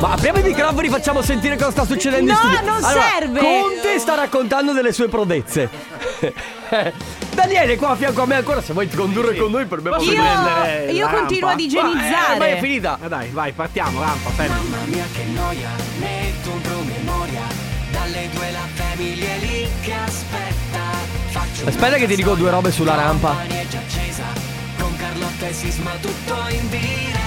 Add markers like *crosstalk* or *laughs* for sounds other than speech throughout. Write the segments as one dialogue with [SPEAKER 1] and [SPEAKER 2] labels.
[SPEAKER 1] Ma apriamo i microfoni, facciamo sentire cosa sta succedendo in
[SPEAKER 2] No,
[SPEAKER 1] studio.
[SPEAKER 2] non
[SPEAKER 1] Allora,
[SPEAKER 2] serve.
[SPEAKER 1] Conte sta raccontando delle sue prodezze. *laughs* Daniele, qua a fianco a me ancora, se vuoi condurre con noi per me va
[SPEAKER 2] Io,
[SPEAKER 1] bene.
[SPEAKER 2] io continuo ad
[SPEAKER 1] Ma, eh, ormai
[SPEAKER 2] igienizzare.
[SPEAKER 1] è finita.
[SPEAKER 3] Ah, dai, vai, partiamo, rampa, fermi.
[SPEAKER 4] Mamma mia che noia, metto un promemoria. Dalle due la famiglia è lì che aspetta. Faccio
[SPEAKER 1] Aspetta che ti dico due robe sulla rampa.
[SPEAKER 4] Mani è già accesa. Con Carlotta e Sisma tutto in diretta.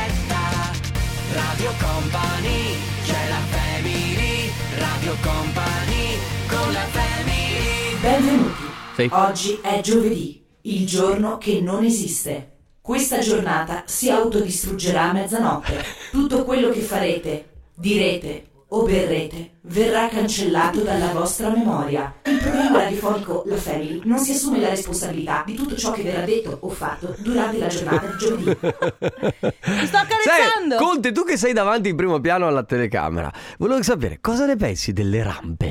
[SPEAKER 4] Radio Company, c'è la family. Radio Company, con la family.
[SPEAKER 5] Benvenuti.
[SPEAKER 1] Sì.
[SPEAKER 5] Oggi è giovedì, il giorno che non esiste. Questa giornata si autodistruggerà a mezzanotte. Tutto quello che farete, direte o berrete verrà cancellato dalla vostra memoria. Il programma radiofonico La Family non si assume la responsabilità di tutto ciò che verrà detto o fatto durante la giornata di giovedì.
[SPEAKER 2] Mi sto
[SPEAKER 1] Sai,
[SPEAKER 2] accarezzando.
[SPEAKER 1] Conte, tu che sei davanti in primo piano alla telecamera, volevo sapere cosa ne pensi delle rampe.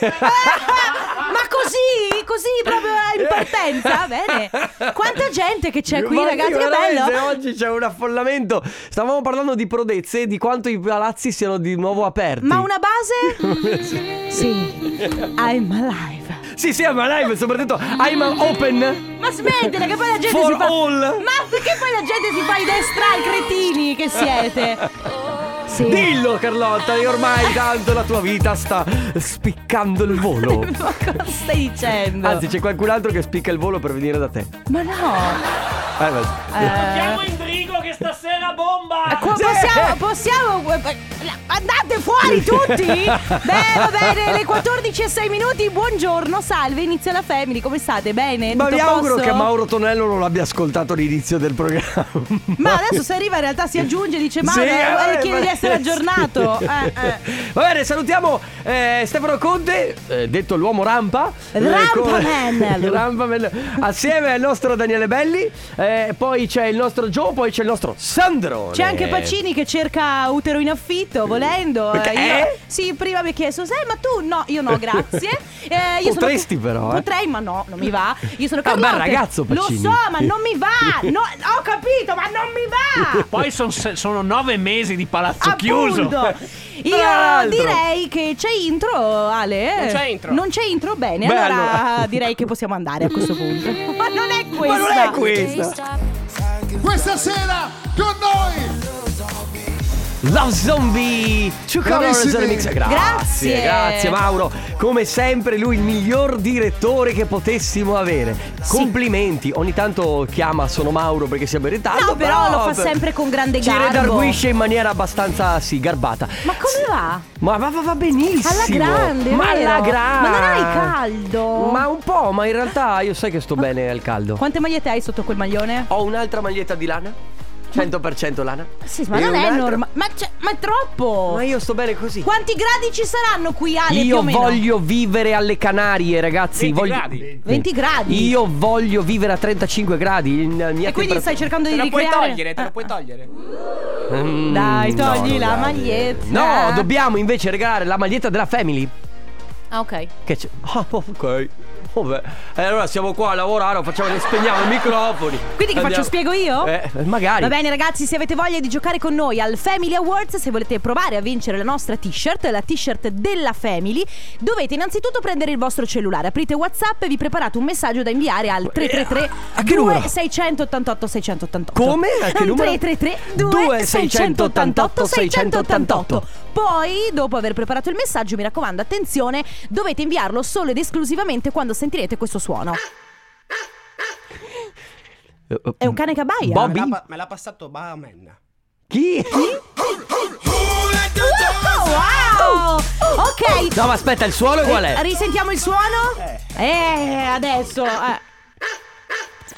[SPEAKER 2] Ah, Ma così, così proprio in partenza, bene. Quanta gente che c'è Cioè, qui,
[SPEAKER 1] Eh. Ma
[SPEAKER 2] ragazzi, che
[SPEAKER 1] veramente,
[SPEAKER 2] bello.
[SPEAKER 1] Oggi c'è un affollamento. Stavamo parlando di prodezze e di quanto i palazzi siano di nuovo aperti.
[SPEAKER 2] Ma una base? sì. I'm alive.
[SPEAKER 1] Sì, sì, ma live, soprattutto I'm open.
[SPEAKER 2] Ma smettila che poi la gente
[SPEAKER 1] For
[SPEAKER 2] si fa
[SPEAKER 1] all.
[SPEAKER 2] Ma perché poi la gente si fa i destrai cretini che siete? Sì.
[SPEAKER 1] Dillo Carlotta, e ormai tanto la tua vita sta spiccando il
[SPEAKER 2] *laughs*
[SPEAKER 1] volo.
[SPEAKER 2] Ma cosa stai dicendo?
[SPEAKER 1] Anzi, c'è qualcun altro che spicca il volo per venire da te.
[SPEAKER 2] Ma no.
[SPEAKER 1] Eh, ma-
[SPEAKER 2] Eh,
[SPEAKER 6] Indrigo che stasera bomba!
[SPEAKER 2] qua
[SPEAKER 1] Sì.
[SPEAKER 2] possiamo, possiamo eh, andate fuori tutti? Beh, va
[SPEAKER 1] *laughs*
[SPEAKER 2] bene, le 14 e 6 minuti, buongiorno, salve, inizia la family, come state? Bene?
[SPEAKER 1] Ma
[SPEAKER 2] Tutto
[SPEAKER 1] mi
[SPEAKER 2] a
[SPEAKER 1] auguro
[SPEAKER 2] posto?
[SPEAKER 1] che Mauro Tonello non abbia ascoltato l'inizio del programma.
[SPEAKER 2] Ma adesso se arriva in realtà si aggiunge, dice ma
[SPEAKER 1] Sì,
[SPEAKER 2] eh,
[SPEAKER 1] eh,
[SPEAKER 2] chiede di
[SPEAKER 1] ma- *laughs*
[SPEAKER 2] essere aggiornato.
[SPEAKER 1] sì.
[SPEAKER 2] Eh, eh.
[SPEAKER 1] Va bene, salutiamo eh, Stefano Conte, eh, detto l'uomo rampa.
[SPEAKER 2] Rampaman.
[SPEAKER 1] *laughs* con- Rampaman, assieme al nostro Daniele Belli. eh, poi c'è il nostro Joe, poi c'è il nostro Sandro.
[SPEAKER 2] C'è anche Pacini che cerca utero in affitto, volendo.
[SPEAKER 1] Mm. Perché?
[SPEAKER 2] Eh, io-
[SPEAKER 1] Eh?
[SPEAKER 2] sì, prima mi ha chiesto, sai, ma tu no, io no,
[SPEAKER 1] *laughs*
[SPEAKER 2] grazie. Eh, io sono-
[SPEAKER 1] Potresti però, eh.
[SPEAKER 2] Potrei, ma no, non mi va. Io sono
[SPEAKER 1] È un bel
[SPEAKER 2] Carlotta.
[SPEAKER 1] ragazzo, Pacini.
[SPEAKER 2] Lo so, ma non
[SPEAKER 1] *laughs*
[SPEAKER 2] mi va. No, ho capito, ma non mi va.
[SPEAKER 6] Poi son- sono nove mesi di palazzo chiuso.
[SPEAKER 2] Appunto.
[SPEAKER 1] *laughs*
[SPEAKER 2] Io
[SPEAKER 1] l'altro.
[SPEAKER 2] direi che c'è intro, Ale. Non
[SPEAKER 6] c'è intro.
[SPEAKER 2] Non c'è intro, bene.
[SPEAKER 1] Beh,
[SPEAKER 2] allora,
[SPEAKER 1] allora.
[SPEAKER 2] direi che possiamo andare a questo
[SPEAKER 1] *laughs*
[SPEAKER 2] punto. ma non è questo.
[SPEAKER 1] Ma non è questa.
[SPEAKER 7] Questa sera con noi
[SPEAKER 1] Love Zombie. Two Colors
[SPEAKER 7] Bravissimi.
[SPEAKER 1] Remix.
[SPEAKER 2] Grazie.
[SPEAKER 1] Grazie, grazie Mauro. Come sempre lui il miglior direttore che potessimo avere. Complimenti. Ogni tanto chiama sono Mauro perché siamo in ritardo.
[SPEAKER 2] No, però lo fa sempre con grande
[SPEAKER 1] Ci
[SPEAKER 2] garbo.
[SPEAKER 1] redarguisce in maniera abbastanza sì, garbata.
[SPEAKER 2] Ma come va?
[SPEAKER 1] Ma va, va- va benissimo.
[SPEAKER 2] Alla grande,
[SPEAKER 1] Ma
[SPEAKER 2] vero?
[SPEAKER 1] alla grande.
[SPEAKER 2] Ma non hai caldo?
[SPEAKER 1] Ma un po', ma in realtà io sai che sto bene al caldo.
[SPEAKER 2] Quante magliette hai sotto quel maglione?
[SPEAKER 1] Ho un'altra maglietta di lana. 100% lana.
[SPEAKER 2] Sì, ma
[SPEAKER 1] E
[SPEAKER 2] non è
[SPEAKER 1] un'altra-
[SPEAKER 2] normale. Ma, c'è- ma è troppo.
[SPEAKER 1] Ma io sto bene così.
[SPEAKER 2] Quanti gradi ci saranno qui, Ale? più o
[SPEAKER 1] Io
[SPEAKER 2] meno?
[SPEAKER 1] voglio vivere alle Canarie, ragazzi.
[SPEAKER 6] 20
[SPEAKER 1] voglio...
[SPEAKER 6] gradi.
[SPEAKER 2] 20 gradi.
[SPEAKER 1] Io voglio vivere a 35 gradi. in- in mia
[SPEAKER 2] E quindi stai cercando di
[SPEAKER 6] Te la puoi
[SPEAKER 2] ricreare.
[SPEAKER 6] togliere, te la puoi togliere.
[SPEAKER 1] Mm,
[SPEAKER 2] Dai, togli
[SPEAKER 1] no,
[SPEAKER 2] la
[SPEAKER 1] no,
[SPEAKER 2] maglietta.
[SPEAKER 1] No, No, dobbiamo invece regalare la maglietta della Family.
[SPEAKER 2] Ah, ok.
[SPEAKER 1] Che c'è? Ah, ok. Vabbè. E allora siamo qua a lavorare, facciamo, spegniamo i microfoni.
[SPEAKER 2] Quindi che faccio? Spiego io?
[SPEAKER 1] Eh, magari.
[SPEAKER 2] Va bene ragazzi, se avete voglia di giocare con noi al Family Awards, se volete provare a vincere la nostra t-shirt, la t-shirt della Family, dovete innanzitutto prendere il vostro cellulare, aprite WhatsApp e vi preparate un messaggio da inviare al 333
[SPEAKER 1] Eh, A che numero?
[SPEAKER 2] 688 688.
[SPEAKER 1] Come? A che numero?
[SPEAKER 2] 333
[SPEAKER 1] 688
[SPEAKER 2] 688 688. Poi, dopo aver preparato il messaggio, mi raccomando, attenzione, dovete inviarlo solo ed esclusivamente quando sentirete questo suono. È un cane che abbaia.
[SPEAKER 1] Eh, Bobby?
[SPEAKER 3] me l'ha passato Bahamenna.
[SPEAKER 1] Chi?
[SPEAKER 2] Oh,
[SPEAKER 1] Oh,
[SPEAKER 2] Wow! Ok,
[SPEAKER 1] No, ma aspetta, il suono qual
[SPEAKER 2] Eh,
[SPEAKER 1] è?
[SPEAKER 2] risentiamo il suono? Eh, adesso. eh.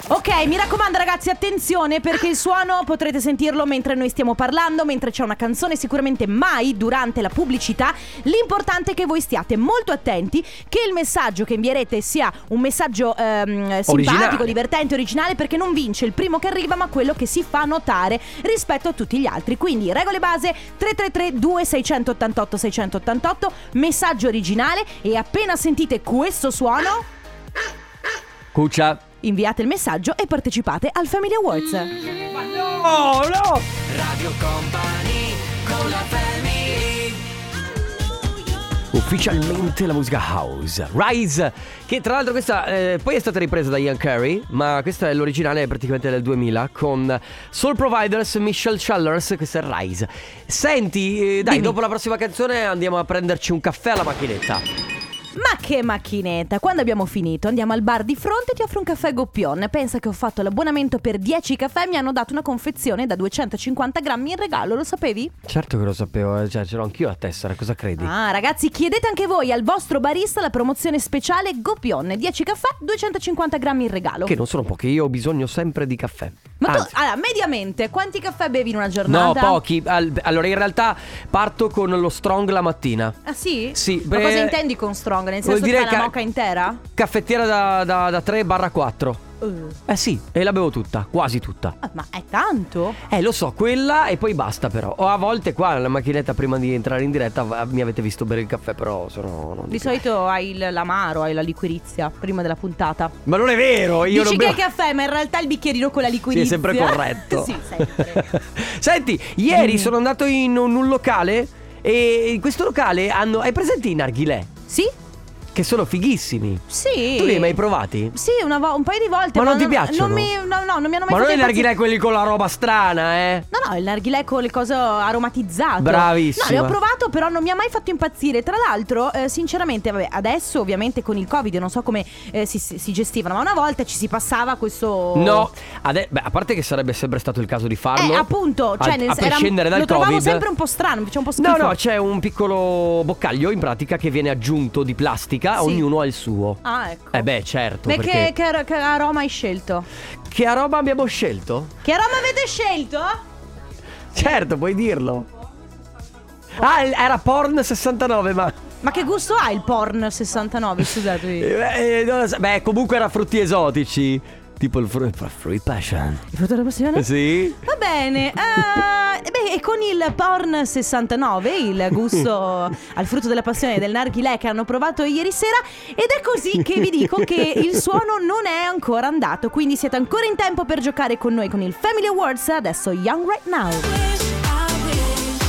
[SPEAKER 2] Ok, mi raccomando ragazzi, attenzione perché il suono potrete sentirlo mentre noi stiamo parlando, mentre c'è una canzone, sicuramente mai durante la pubblicità. L'importante è che voi stiate molto attenti, che il messaggio che invierete sia un messaggio ehm, simpatico,
[SPEAKER 1] Originale.
[SPEAKER 2] divertente, originale, perché non vince il primo che arriva, ma quello che si fa notare rispetto a tutti gli altri. Quindi regole base 333-2688-688, messaggio originale e appena sentite questo suono...
[SPEAKER 1] Cuccia.
[SPEAKER 2] Inviate il messaggio e partecipate al Family
[SPEAKER 1] Mm.
[SPEAKER 2] Awards.
[SPEAKER 1] Oh, no!
[SPEAKER 4] Radio Company, con la family.
[SPEAKER 1] ufficialmente la musica house. Rise, che tra l'altro questa eh, poi è stata ripresa da Ian Curry, ma questa è l'originale è praticamente del 2000 con Soul Providers, Michelle Challers, questa è Rise. Senti, eh, dai, dopo la prossima canzone andiamo a prenderci un caffè alla macchinetta.
[SPEAKER 2] Ma che macchinetta! Quando abbiamo finito andiamo al bar di fronte e ti offro un caffè Goppion. Pensa che ho fatto l'abbonamento per 10 caffè e mi hanno dato una confezione da 250 grammi in regalo, lo sapevi?
[SPEAKER 1] Certo che lo sapevo, eh, cioè ce l'ho anch'io la tessera, cosa credi?
[SPEAKER 2] Ah ragazzi chiedete anche voi al vostro barista la promozione speciale Goppion 10 caffè 250 grammi in regalo
[SPEAKER 1] Che non sono poche, io ho bisogno sempre di caffè.
[SPEAKER 2] Ma tu, Ah,
[SPEAKER 1] Anzi,
[SPEAKER 2] allora, mediamente quanti caffè bevi in una
[SPEAKER 1] No,
[SPEAKER 2] giornata?
[SPEAKER 1] pochi. Al- allora, in realtà parto con lo strong la mattina.
[SPEAKER 2] Ah sì?
[SPEAKER 1] Sì,
[SPEAKER 2] Ma
[SPEAKER 1] beh,
[SPEAKER 2] cosa intendi con strong? Nel senso
[SPEAKER 1] vuol
[SPEAKER 2] che
[SPEAKER 1] dire
[SPEAKER 2] è una
[SPEAKER 1] ca-
[SPEAKER 2] moca intera?
[SPEAKER 1] Caffettiera da, da, da 3 barra 4.
[SPEAKER 2] Eh,
[SPEAKER 1] Eh sì, e la bevo tutta, quasi tutta.
[SPEAKER 2] ah, ma è tanto?
[SPEAKER 1] Eh, lo so, quella e poi basta però. O a volte qua nella macchinetta prima di entrare in diretta va- mi avete visto bere il caffè, però sono... non
[SPEAKER 2] Di
[SPEAKER 1] dico-
[SPEAKER 2] solito hai il- l'amaro, hai la liquirizia prima della puntata.
[SPEAKER 1] Ma non è vero, io non
[SPEAKER 2] Dici
[SPEAKER 1] bevo...
[SPEAKER 2] che è caffè, ma in realtà il bicchierino con la
[SPEAKER 1] Sì,
[SPEAKER 2] liquirizia.
[SPEAKER 1] è sempre corretto.
[SPEAKER 2] *laughs* sì, sempre. Mm.
[SPEAKER 1] Senti, ieri sono andato in un, un locale e in questo locale hanno... Hai presenti i narghilè?
[SPEAKER 2] Sì?
[SPEAKER 1] Che sono fighissimi.
[SPEAKER 2] Sì.
[SPEAKER 1] Tu li hai mai provati?
[SPEAKER 2] Sì, una vo- un paio di volte.
[SPEAKER 1] Ma non ti piacciono?
[SPEAKER 2] Non mi, no, no, non mi
[SPEAKER 1] Ma
[SPEAKER 2] hanno mai
[SPEAKER 1] non i
[SPEAKER 2] fatto impazzire.
[SPEAKER 1] narghilè quelli con la roba strana, eh?
[SPEAKER 2] No, no, il narghilè con le cose aromatizzate.
[SPEAKER 1] Bravissima.
[SPEAKER 2] No, le ho provato, però non mi ha mai fatto impazzire. Tra l'altro, eh, sinceramente, vabbè, adesso ovviamente con il Covid non so come eh, si, si- si gestivano, ma una volta ci si passava questo.
[SPEAKER 1] No, Ade- beh, a parte che sarebbe sempre stato il caso di farlo.
[SPEAKER 2] Oh. Eh, appunto, cioè,
[SPEAKER 1] a,
[SPEAKER 2] nel-
[SPEAKER 1] a
[SPEAKER 2] era-
[SPEAKER 1] prescindere dal
[SPEAKER 2] lo trovavo
[SPEAKER 1] Covid.
[SPEAKER 2] sempre un po' strano, mi faceva un po' schifo.
[SPEAKER 1] No, no, c'è un piccolo boccaglio in pratica che viene aggiunto di plastica,
[SPEAKER 2] Sì.
[SPEAKER 1] ognuno ha il suo.
[SPEAKER 2] Ah, ecco.
[SPEAKER 1] Eh beh, certo,
[SPEAKER 2] Beh,
[SPEAKER 1] perché
[SPEAKER 2] che, che, ar- che aroma hai scelto?
[SPEAKER 1] che roba abbiamo scelto?
[SPEAKER 2] Che aroma avete scelto?
[SPEAKER 1] Certo, puoi dirlo. Ah, il- era porn 69, ma
[SPEAKER 2] Ma che gusto ha il porn 69? Scusate.
[SPEAKER 1] *laughs* eh, eh, non lo so. beh, comunque era frutti esotici, tipo il fru- fruit passion.
[SPEAKER 2] Il frutto della passione?
[SPEAKER 1] Sì.
[SPEAKER 2] Eh Va bene, eh, beh, e con il porn 69,
[SPEAKER 1] *laughs*
[SPEAKER 2] il gusto al frutto della passione del narghilè che hanno provato ieri sera, ed è così che vi dico che il suono non è ancora andato, quindi siete ancora in tempo per giocare con noi con il Family Awards, adesso Young Right Now.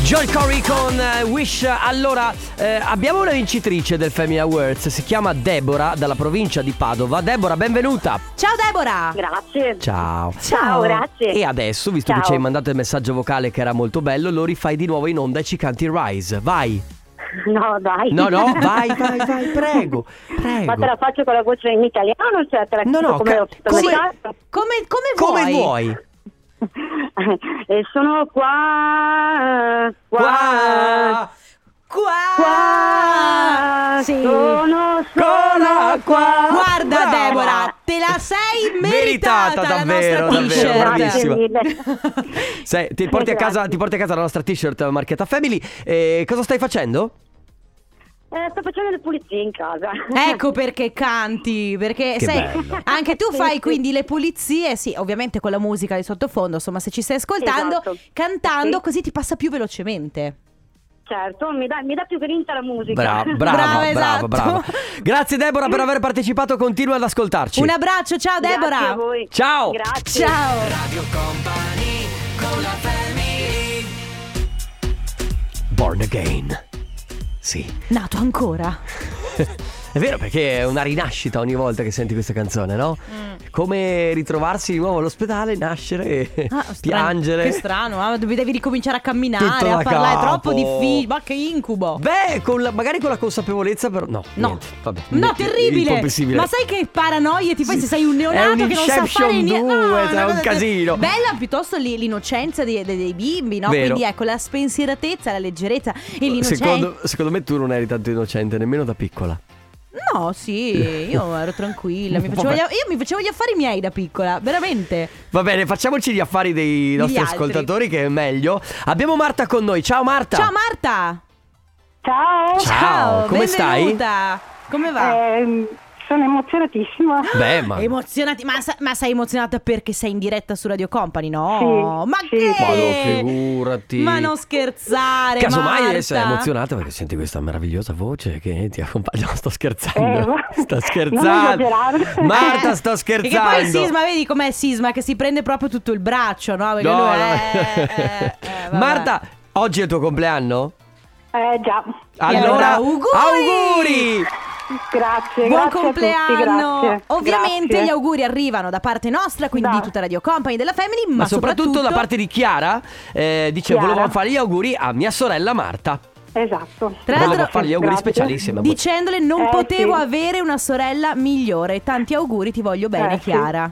[SPEAKER 1] Joy Corey con eh, Wish. Allora, eh, abbiamo una vincitrice del Family Awards, si chiama Deborah dalla provincia di Padova. Deborah, benvenuta.
[SPEAKER 2] Ciao Deborah!
[SPEAKER 8] Grazie.
[SPEAKER 1] Ciao.
[SPEAKER 8] Ciao, grazie.
[SPEAKER 1] E adesso, visto che
[SPEAKER 8] Ciao.
[SPEAKER 1] ci hai mandato il messaggio vocale che era molto bello, lo rifai di nuovo in onda e ci canti Rise. Vai.
[SPEAKER 8] *laughs* No, dai.
[SPEAKER 1] No, no,
[SPEAKER 8] *laughs*
[SPEAKER 1] vai, vai, vai, prego. Prego.
[SPEAKER 8] Ma te la faccio con la voce in italiano, cioè te la
[SPEAKER 1] No,
[SPEAKER 8] chiedo
[SPEAKER 1] no,
[SPEAKER 8] come
[SPEAKER 1] ca-
[SPEAKER 8] ho fatto
[SPEAKER 1] come-
[SPEAKER 8] *laughs* meglio?
[SPEAKER 2] Come, come vuoi?
[SPEAKER 1] Come vuoi.
[SPEAKER 8] Eh, sono qua, qua,
[SPEAKER 1] Qua.
[SPEAKER 2] Qua!
[SPEAKER 8] qua,
[SPEAKER 2] Sì.
[SPEAKER 8] sono
[SPEAKER 1] Cola
[SPEAKER 8] sola
[SPEAKER 1] qua.
[SPEAKER 2] Guarda
[SPEAKER 1] Brava. *laughs*
[SPEAKER 2] Deborah, te la sei meritata,
[SPEAKER 1] Meritata, davvero,
[SPEAKER 2] la nostra
[SPEAKER 1] davvero,
[SPEAKER 2] t-shirt.
[SPEAKER 1] bravissima.
[SPEAKER 8] Grazie
[SPEAKER 1] *laughs*
[SPEAKER 8] mille.
[SPEAKER 1] Se- ti, porti
[SPEAKER 2] Esatto.
[SPEAKER 1] a casa,
[SPEAKER 8] Grazie.
[SPEAKER 1] ti porti a casa la nostra t-shirt marchiata Family. Eh, cosa stai facendo?
[SPEAKER 8] Eh, sto facendo le pulizie in casa.
[SPEAKER 2] Ecco perché canti, perché
[SPEAKER 1] Che
[SPEAKER 2] sai,
[SPEAKER 1] bello.
[SPEAKER 2] anche tu
[SPEAKER 8] Sì,
[SPEAKER 2] fai
[SPEAKER 8] sì.
[SPEAKER 2] quindi le pulizie, sì, ovviamente con la musica di sottofondo, insomma se ci stai ascoltando,
[SPEAKER 8] Esatto.
[SPEAKER 2] cantando
[SPEAKER 8] Sì.
[SPEAKER 2] così ti passa più velocemente.
[SPEAKER 8] Certo, mi dà, mi dà più grinta la musica.
[SPEAKER 1] Bra-
[SPEAKER 8] *laughs*
[SPEAKER 1] brava,
[SPEAKER 2] Brava,
[SPEAKER 1] brava,
[SPEAKER 2] esatto.
[SPEAKER 1] brava. Grazie Deborah per aver partecipato, continua ad ascoltarci.
[SPEAKER 2] Un abbraccio, ciao
[SPEAKER 8] Grazie
[SPEAKER 2] Deborah!
[SPEAKER 8] a voi.
[SPEAKER 1] Ciao.
[SPEAKER 8] Grazie.
[SPEAKER 2] Ciao!
[SPEAKER 1] Born again. Sì.
[SPEAKER 2] Nato ancora!
[SPEAKER 1] È vero perché è una rinascita ogni volta che senti questa canzone, no?
[SPEAKER 2] Mm.
[SPEAKER 1] Come ritrovarsi di nuovo all'ospedale, nascere e
[SPEAKER 2] Ah, strano.
[SPEAKER 1] piangere.
[SPEAKER 2] Che strano, ah, dove devi ricominciare a camminare,
[SPEAKER 1] Tutto
[SPEAKER 2] a
[SPEAKER 1] da
[SPEAKER 2] parlare, è
[SPEAKER 1] capo.
[SPEAKER 2] troppo difficile, ma che incubo!
[SPEAKER 1] Beh, con la- magari con la consapevolezza, però. No,
[SPEAKER 2] No,
[SPEAKER 1] niente, vabbè,
[SPEAKER 2] no,
[SPEAKER 1] niente,
[SPEAKER 2] terribile!
[SPEAKER 1] impossibile.
[SPEAKER 2] Ma sai che paranoie ti fai
[SPEAKER 1] Sì.
[SPEAKER 2] se sei un
[SPEAKER 1] È
[SPEAKER 2] neonato
[SPEAKER 1] un
[SPEAKER 2] che non sa
[SPEAKER 1] Inception
[SPEAKER 2] fare niente? No,
[SPEAKER 1] 2, cioè,
[SPEAKER 2] una
[SPEAKER 1] è un
[SPEAKER 2] cosa ter-
[SPEAKER 1] casino.
[SPEAKER 2] Bella piuttosto lì l'innocenza dei, dei- dei bimbi, no?
[SPEAKER 1] Vero.
[SPEAKER 2] Quindi ecco la spensieratezza, la leggerezza e l'innocenza.
[SPEAKER 1] secondo, secondo me tu non eri tanto innocente, nemmeno da piccola.
[SPEAKER 2] No, sì, io ero
[SPEAKER 1] *laughs*
[SPEAKER 2] tranquilla. Mi facevo gli-
[SPEAKER 1] Vabbè.
[SPEAKER 2] io mi facevo gli affari miei da piccola, veramente.
[SPEAKER 1] Va bene, faccimoci gli affari dei nostri
[SPEAKER 2] altri.
[SPEAKER 1] ascoltatori, che è meglio. Abbiamo Marta con noi. Ciao Marta!
[SPEAKER 2] Ciao Marta!
[SPEAKER 8] Ciao.
[SPEAKER 1] Ciao, come stai?
[SPEAKER 2] benvenuta. Come va?
[SPEAKER 8] Ehm, sono emozionatissima.
[SPEAKER 1] Beh, ma.
[SPEAKER 2] Emozionati, ma, sa- ma sei emozionata perché sei in diretta su Radio Company? No,
[SPEAKER 8] Sì,
[SPEAKER 2] ma
[SPEAKER 8] sì.
[SPEAKER 2] che?
[SPEAKER 1] Ma no, figurati.
[SPEAKER 2] Ma non scherzare.
[SPEAKER 1] Casomai
[SPEAKER 2] Marta.
[SPEAKER 1] adesso è
[SPEAKER 2] *laughs*
[SPEAKER 1] emozionata perché senti questa meravigliosa voce che ti accompagna. No, sto scherzando.
[SPEAKER 8] Eh, ma-
[SPEAKER 1] sto
[SPEAKER 8] non
[SPEAKER 1] scherzando.
[SPEAKER 8] esagerare.
[SPEAKER 1] Marta,
[SPEAKER 2] Eh,
[SPEAKER 1] sto
[SPEAKER 2] Perché poi il
[SPEAKER 1] scherzando.
[SPEAKER 2] Sisma, vedi com'è il Sisma? Che si prende proprio tutto il braccio, no? Perché
[SPEAKER 1] *laughs* No,
[SPEAKER 2] lui
[SPEAKER 1] no.
[SPEAKER 2] è- eh, eh, eh, vabbè.
[SPEAKER 1] Marta, oggi è il tuo compleanno?
[SPEAKER 8] Eh già.
[SPEAKER 1] Allora,
[SPEAKER 2] auguri!
[SPEAKER 1] auguri!
[SPEAKER 8] Grazie,
[SPEAKER 2] Buon
[SPEAKER 8] grazie a tutti,
[SPEAKER 2] compleanno!
[SPEAKER 8] grazie.
[SPEAKER 2] Ovviamente
[SPEAKER 8] Grazie.
[SPEAKER 2] gli auguri arrivano da parte nostra, quindi
[SPEAKER 8] Da.
[SPEAKER 2] di tutta Radio Company, della Family, ma,
[SPEAKER 1] Ma soprattutto, da parte di Chiara, eh, dice
[SPEAKER 8] Chiara.
[SPEAKER 1] volevo fare gli auguri a mia sorella Marta.
[SPEAKER 8] Esatto.
[SPEAKER 2] Tra
[SPEAKER 1] volevo
[SPEAKER 2] l'altro-
[SPEAKER 1] fare gli auguri
[SPEAKER 8] Grazie.
[SPEAKER 1] speciali insieme a voi.
[SPEAKER 2] dicendole non
[SPEAKER 8] Eh,
[SPEAKER 2] potevo
[SPEAKER 8] sì.
[SPEAKER 2] avere una sorella migliore. Tanti auguri, ti voglio bene,
[SPEAKER 8] Eh, sì.
[SPEAKER 2] Chiara.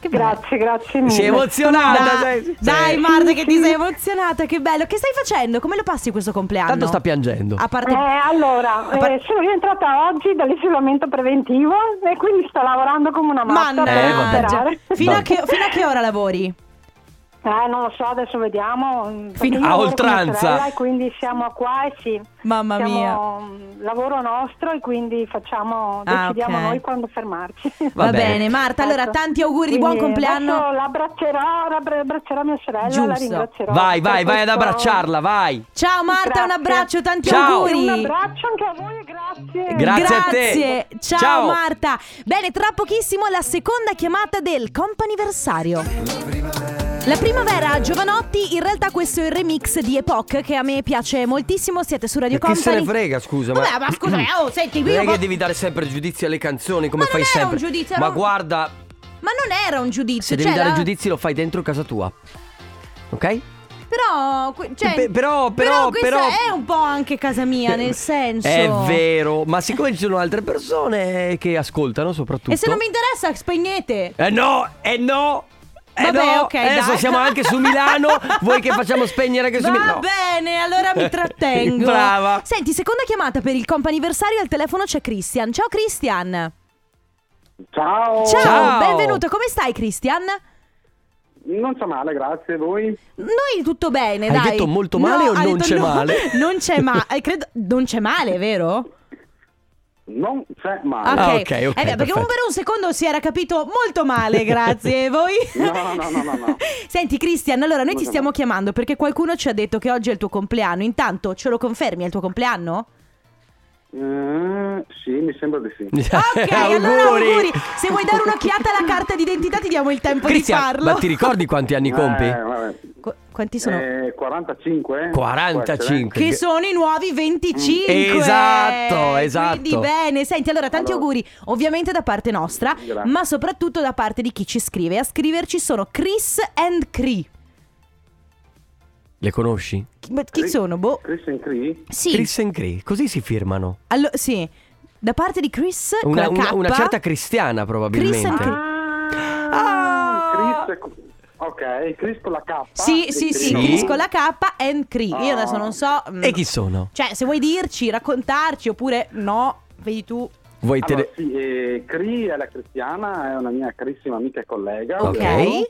[SPEAKER 2] Che bello.
[SPEAKER 8] Grazie, grazie mille.
[SPEAKER 1] Sei emozionata?
[SPEAKER 2] Da-
[SPEAKER 1] sei-
[SPEAKER 2] dai,
[SPEAKER 1] Sì.
[SPEAKER 2] Marta,
[SPEAKER 1] *laughs*
[SPEAKER 2] che ti sei emozionata, che bello. Che stai facendo? Come lo passi questo compleanno?
[SPEAKER 1] Tanto sta piangendo.
[SPEAKER 2] A parte
[SPEAKER 8] Eh, allora,
[SPEAKER 2] A par-
[SPEAKER 8] eh, sono rientrata oggi dall'isolamento preventivo e quindi sto lavorando come una matta per
[SPEAKER 1] Eh, vabbè.
[SPEAKER 2] Mannaggia.
[SPEAKER 8] recuperare.
[SPEAKER 2] fino, a
[SPEAKER 1] Vabbè.
[SPEAKER 2] che, fino a che ora lavori?
[SPEAKER 8] Eh, non lo so, adesso vediamo.
[SPEAKER 2] Fin-
[SPEAKER 8] Perché io
[SPEAKER 1] a
[SPEAKER 8] lavoro con mia
[SPEAKER 1] Ah, oltranza.
[SPEAKER 8] sorella E quindi siamo qua e sì.
[SPEAKER 2] Mamma mia.
[SPEAKER 8] siamo mh, lavoro nostro e quindi facciamo,
[SPEAKER 2] Ah,
[SPEAKER 8] decidiamo
[SPEAKER 2] ok.
[SPEAKER 8] noi quando fermarci.
[SPEAKER 1] Va
[SPEAKER 2] Va,
[SPEAKER 1] bene.
[SPEAKER 2] bene. Marta. Allora,
[SPEAKER 8] Ecco.
[SPEAKER 2] tanti auguri di
[SPEAKER 8] Quindi
[SPEAKER 2] buon compleanno.
[SPEAKER 8] adesso l'abbraccerò, l'abbra- abbraccerò mia sorella, la
[SPEAKER 2] Giusto.
[SPEAKER 8] ringrazierò.
[SPEAKER 1] Vai,
[SPEAKER 8] per
[SPEAKER 1] vai, vai ad
[SPEAKER 8] questo-
[SPEAKER 1] abbracciarla, vai.
[SPEAKER 2] Ciao Marta, un
[SPEAKER 8] Grazie.
[SPEAKER 2] abbraccio, tanti
[SPEAKER 1] Ciao.
[SPEAKER 2] auguri.
[SPEAKER 8] Un abbraccio anche a voi e grazie.
[SPEAKER 1] Gra- Grazie a te.
[SPEAKER 2] Grazie. Ciao,
[SPEAKER 1] Ciao.
[SPEAKER 2] Marta. Bene, tra pochissimo la seconda chiamata del comp'anniversario. La primavera, Giovanotti, in realtà questo è il remix di Epoch che a me piace moltissimo, siete su Radio
[SPEAKER 1] E chi se
[SPEAKER 2] Company.
[SPEAKER 1] ne frega, scusa, ma...
[SPEAKER 2] Vabbè,
[SPEAKER 1] *clears throat*
[SPEAKER 2] ma scusa, oh, senti,
[SPEAKER 1] Non
[SPEAKER 2] io
[SPEAKER 1] è
[SPEAKER 2] po-
[SPEAKER 1] che devi dare sempre giudizi alle canzoni come
[SPEAKER 2] Ma non
[SPEAKER 1] fai
[SPEAKER 2] era
[SPEAKER 1] sempre.
[SPEAKER 2] un giudizio, era
[SPEAKER 1] ma
[SPEAKER 2] un-
[SPEAKER 1] guarda,
[SPEAKER 2] ma non era un
[SPEAKER 1] se
[SPEAKER 2] giudizio,
[SPEAKER 1] devi
[SPEAKER 2] cioè,
[SPEAKER 1] dare
[SPEAKER 2] la-
[SPEAKER 1] giudizi lo fai dentro casa tua. Ok?
[SPEAKER 2] però, que- cioè,
[SPEAKER 1] Pe- però, però,
[SPEAKER 2] questa
[SPEAKER 1] però- eh,
[SPEAKER 2] è un po' anche casa mia, nel senso.
[SPEAKER 1] È vero, ma siccome ci sono altre persone che ascoltano soprattutto.
[SPEAKER 2] E se non mi interessa, spegnete.
[SPEAKER 1] Eh no, eh no. Eh
[SPEAKER 2] Vabbè,
[SPEAKER 1] no,
[SPEAKER 2] ok,
[SPEAKER 1] adesso
[SPEAKER 2] dai.
[SPEAKER 1] siamo anche su
[SPEAKER 2] *laughs*
[SPEAKER 1] Milano. Vuoi che facciamo spegnere anche su
[SPEAKER 2] Va
[SPEAKER 1] Milano? No. *laughs*
[SPEAKER 2] bene, allora mi trattengo.
[SPEAKER 1] Brava.
[SPEAKER 2] Senti, seconda chiamata per il comp'anniversario al telefono c'è Christian. Ciao Christian.
[SPEAKER 9] Ciao.
[SPEAKER 2] Ciao,
[SPEAKER 1] Oh. Ciao.
[SPEAKER 2] benvenuto. Come stai Christian?
[SPEAKER 9] Non sta male, grazie. Voi?
[SPEAKER 2] Noi tutto bene,
[SPEAKER 1] Hai
[SPEAKER 2] dai.
[SPEAKER 1] detto molto male
[SPEAKER 2] No,
[SPEAKER 1] o
[SPEAKER 2] ha
[SPEAKER 1] non
[SPEAKER 2] detto
[SPEAKER 1] c'è
[SPEAKER 2] no,
[SPEAKER 1] male?
[SPEAKER 2] *laughs* Non c'è male, credo non c'è male, vero?
[SPEAKER 9] Non c'è
[SPEAKER 2] Ok.
[SPEAKER 9] male.
[SPEAKER 1] Ah, ok, ok,
[SPEAKER 2] Eh, beh, perché
[SPEAKER 1] perfetto.
[SPEAKER 2] per un secondo si era capito molto male, grazie. E voi?
[SPEAKER 9] No, no, no, no, no.
[SPEAKER 2] Senti Christian, allora noi ti
[SPEAKER 9] Molto
[SPEAKER 2] stiamo
[SPEAKER 9] male.
[SPEAKER 2] chiamando perché qualcuno ci ha detto che oggi è il tuo compleanno. Intanto ce lo confermi, è il tuo compleanno?
[SPEAKER 9] Eh, sì, mi sembra di sì.
[SPEAKER 2] Ok, allora auguri. Se vuoi dare un'occhiata alla carta d'identità, ti diamo il tempo di
[SPEAKER 1] Cristian,
[SPEAKER 2] farlo.
[SPEAKER 1] ma ti ricordi quanti anni compi?
[SPEAKER 9] Eh, vabbè.
[SPEAKER 2] Qu- quanti sono?
[SPEAKER 9] Eh, 45?
[SPEAKER 1] 45.
[SPEAKER 2] Che sono i nuovi 25
[SPEAKER 1] Esatto, esatto.
[SPEAKER 2] Quindi bene Senti allora tanti
[SPEAKER 9] Allora.
[SPEAKER 2] auguri Ovviamente da parte nostra
[SPEAKER 9] Grazie.
[SPEAKER 2] Ma soprattutto da parte di chi ci scrive A scriverci sono Chris and Cree
[SPEAKER 1] Le conosci?
[SPEAKER 2] Chi, ma chi
[SPEAKER 9] Cree.
[SPEAKER 2] sono? Boh
[SPEAKER 9] Christian Cree?
[SPEAKER 2] Sì
[SPEAKER 1] Chris and Cree, così si firmano.
[SPEAKER 2] Allo- Sì Da parte di Chris con
[SPEAKER 1] Una,
[SPEAKER 2] la
[SPEAKER 1] una-
[SPEAKER 2] K.
[SPEAKER 1] una certa cristiana probabilmente.
[SPEAKER 2] and Cree.
[SPEAKER 1] Ah.
[SPEAKER 9] Mm, Chris con- Ok, Chris con la K. Ah.
[SPEAKER 2] Sì,
[SPEAKER 9] di
[SPEAKER 2] sì, sì,
[SPEAKER 1] Cree.
[SPEAKER 2] Chris con la K and Cree Io adesso non so mm,
[SPEAKER 1] E chi sono?
[SPEAKER 2] Cioè, se vuoi dirci, raccontarci oppure no, vedi tu.
[SPEAKER 1] Vuoi te
[SPEAKER 9] Allora,
[SPEAKER 1] ne-
[SPEAKER 9] sì, eh, Cree è la cristiana, è una mia carissima amica e collega.
[SPEAKER 1] Ok.
[SPEAKER 9] ovvero,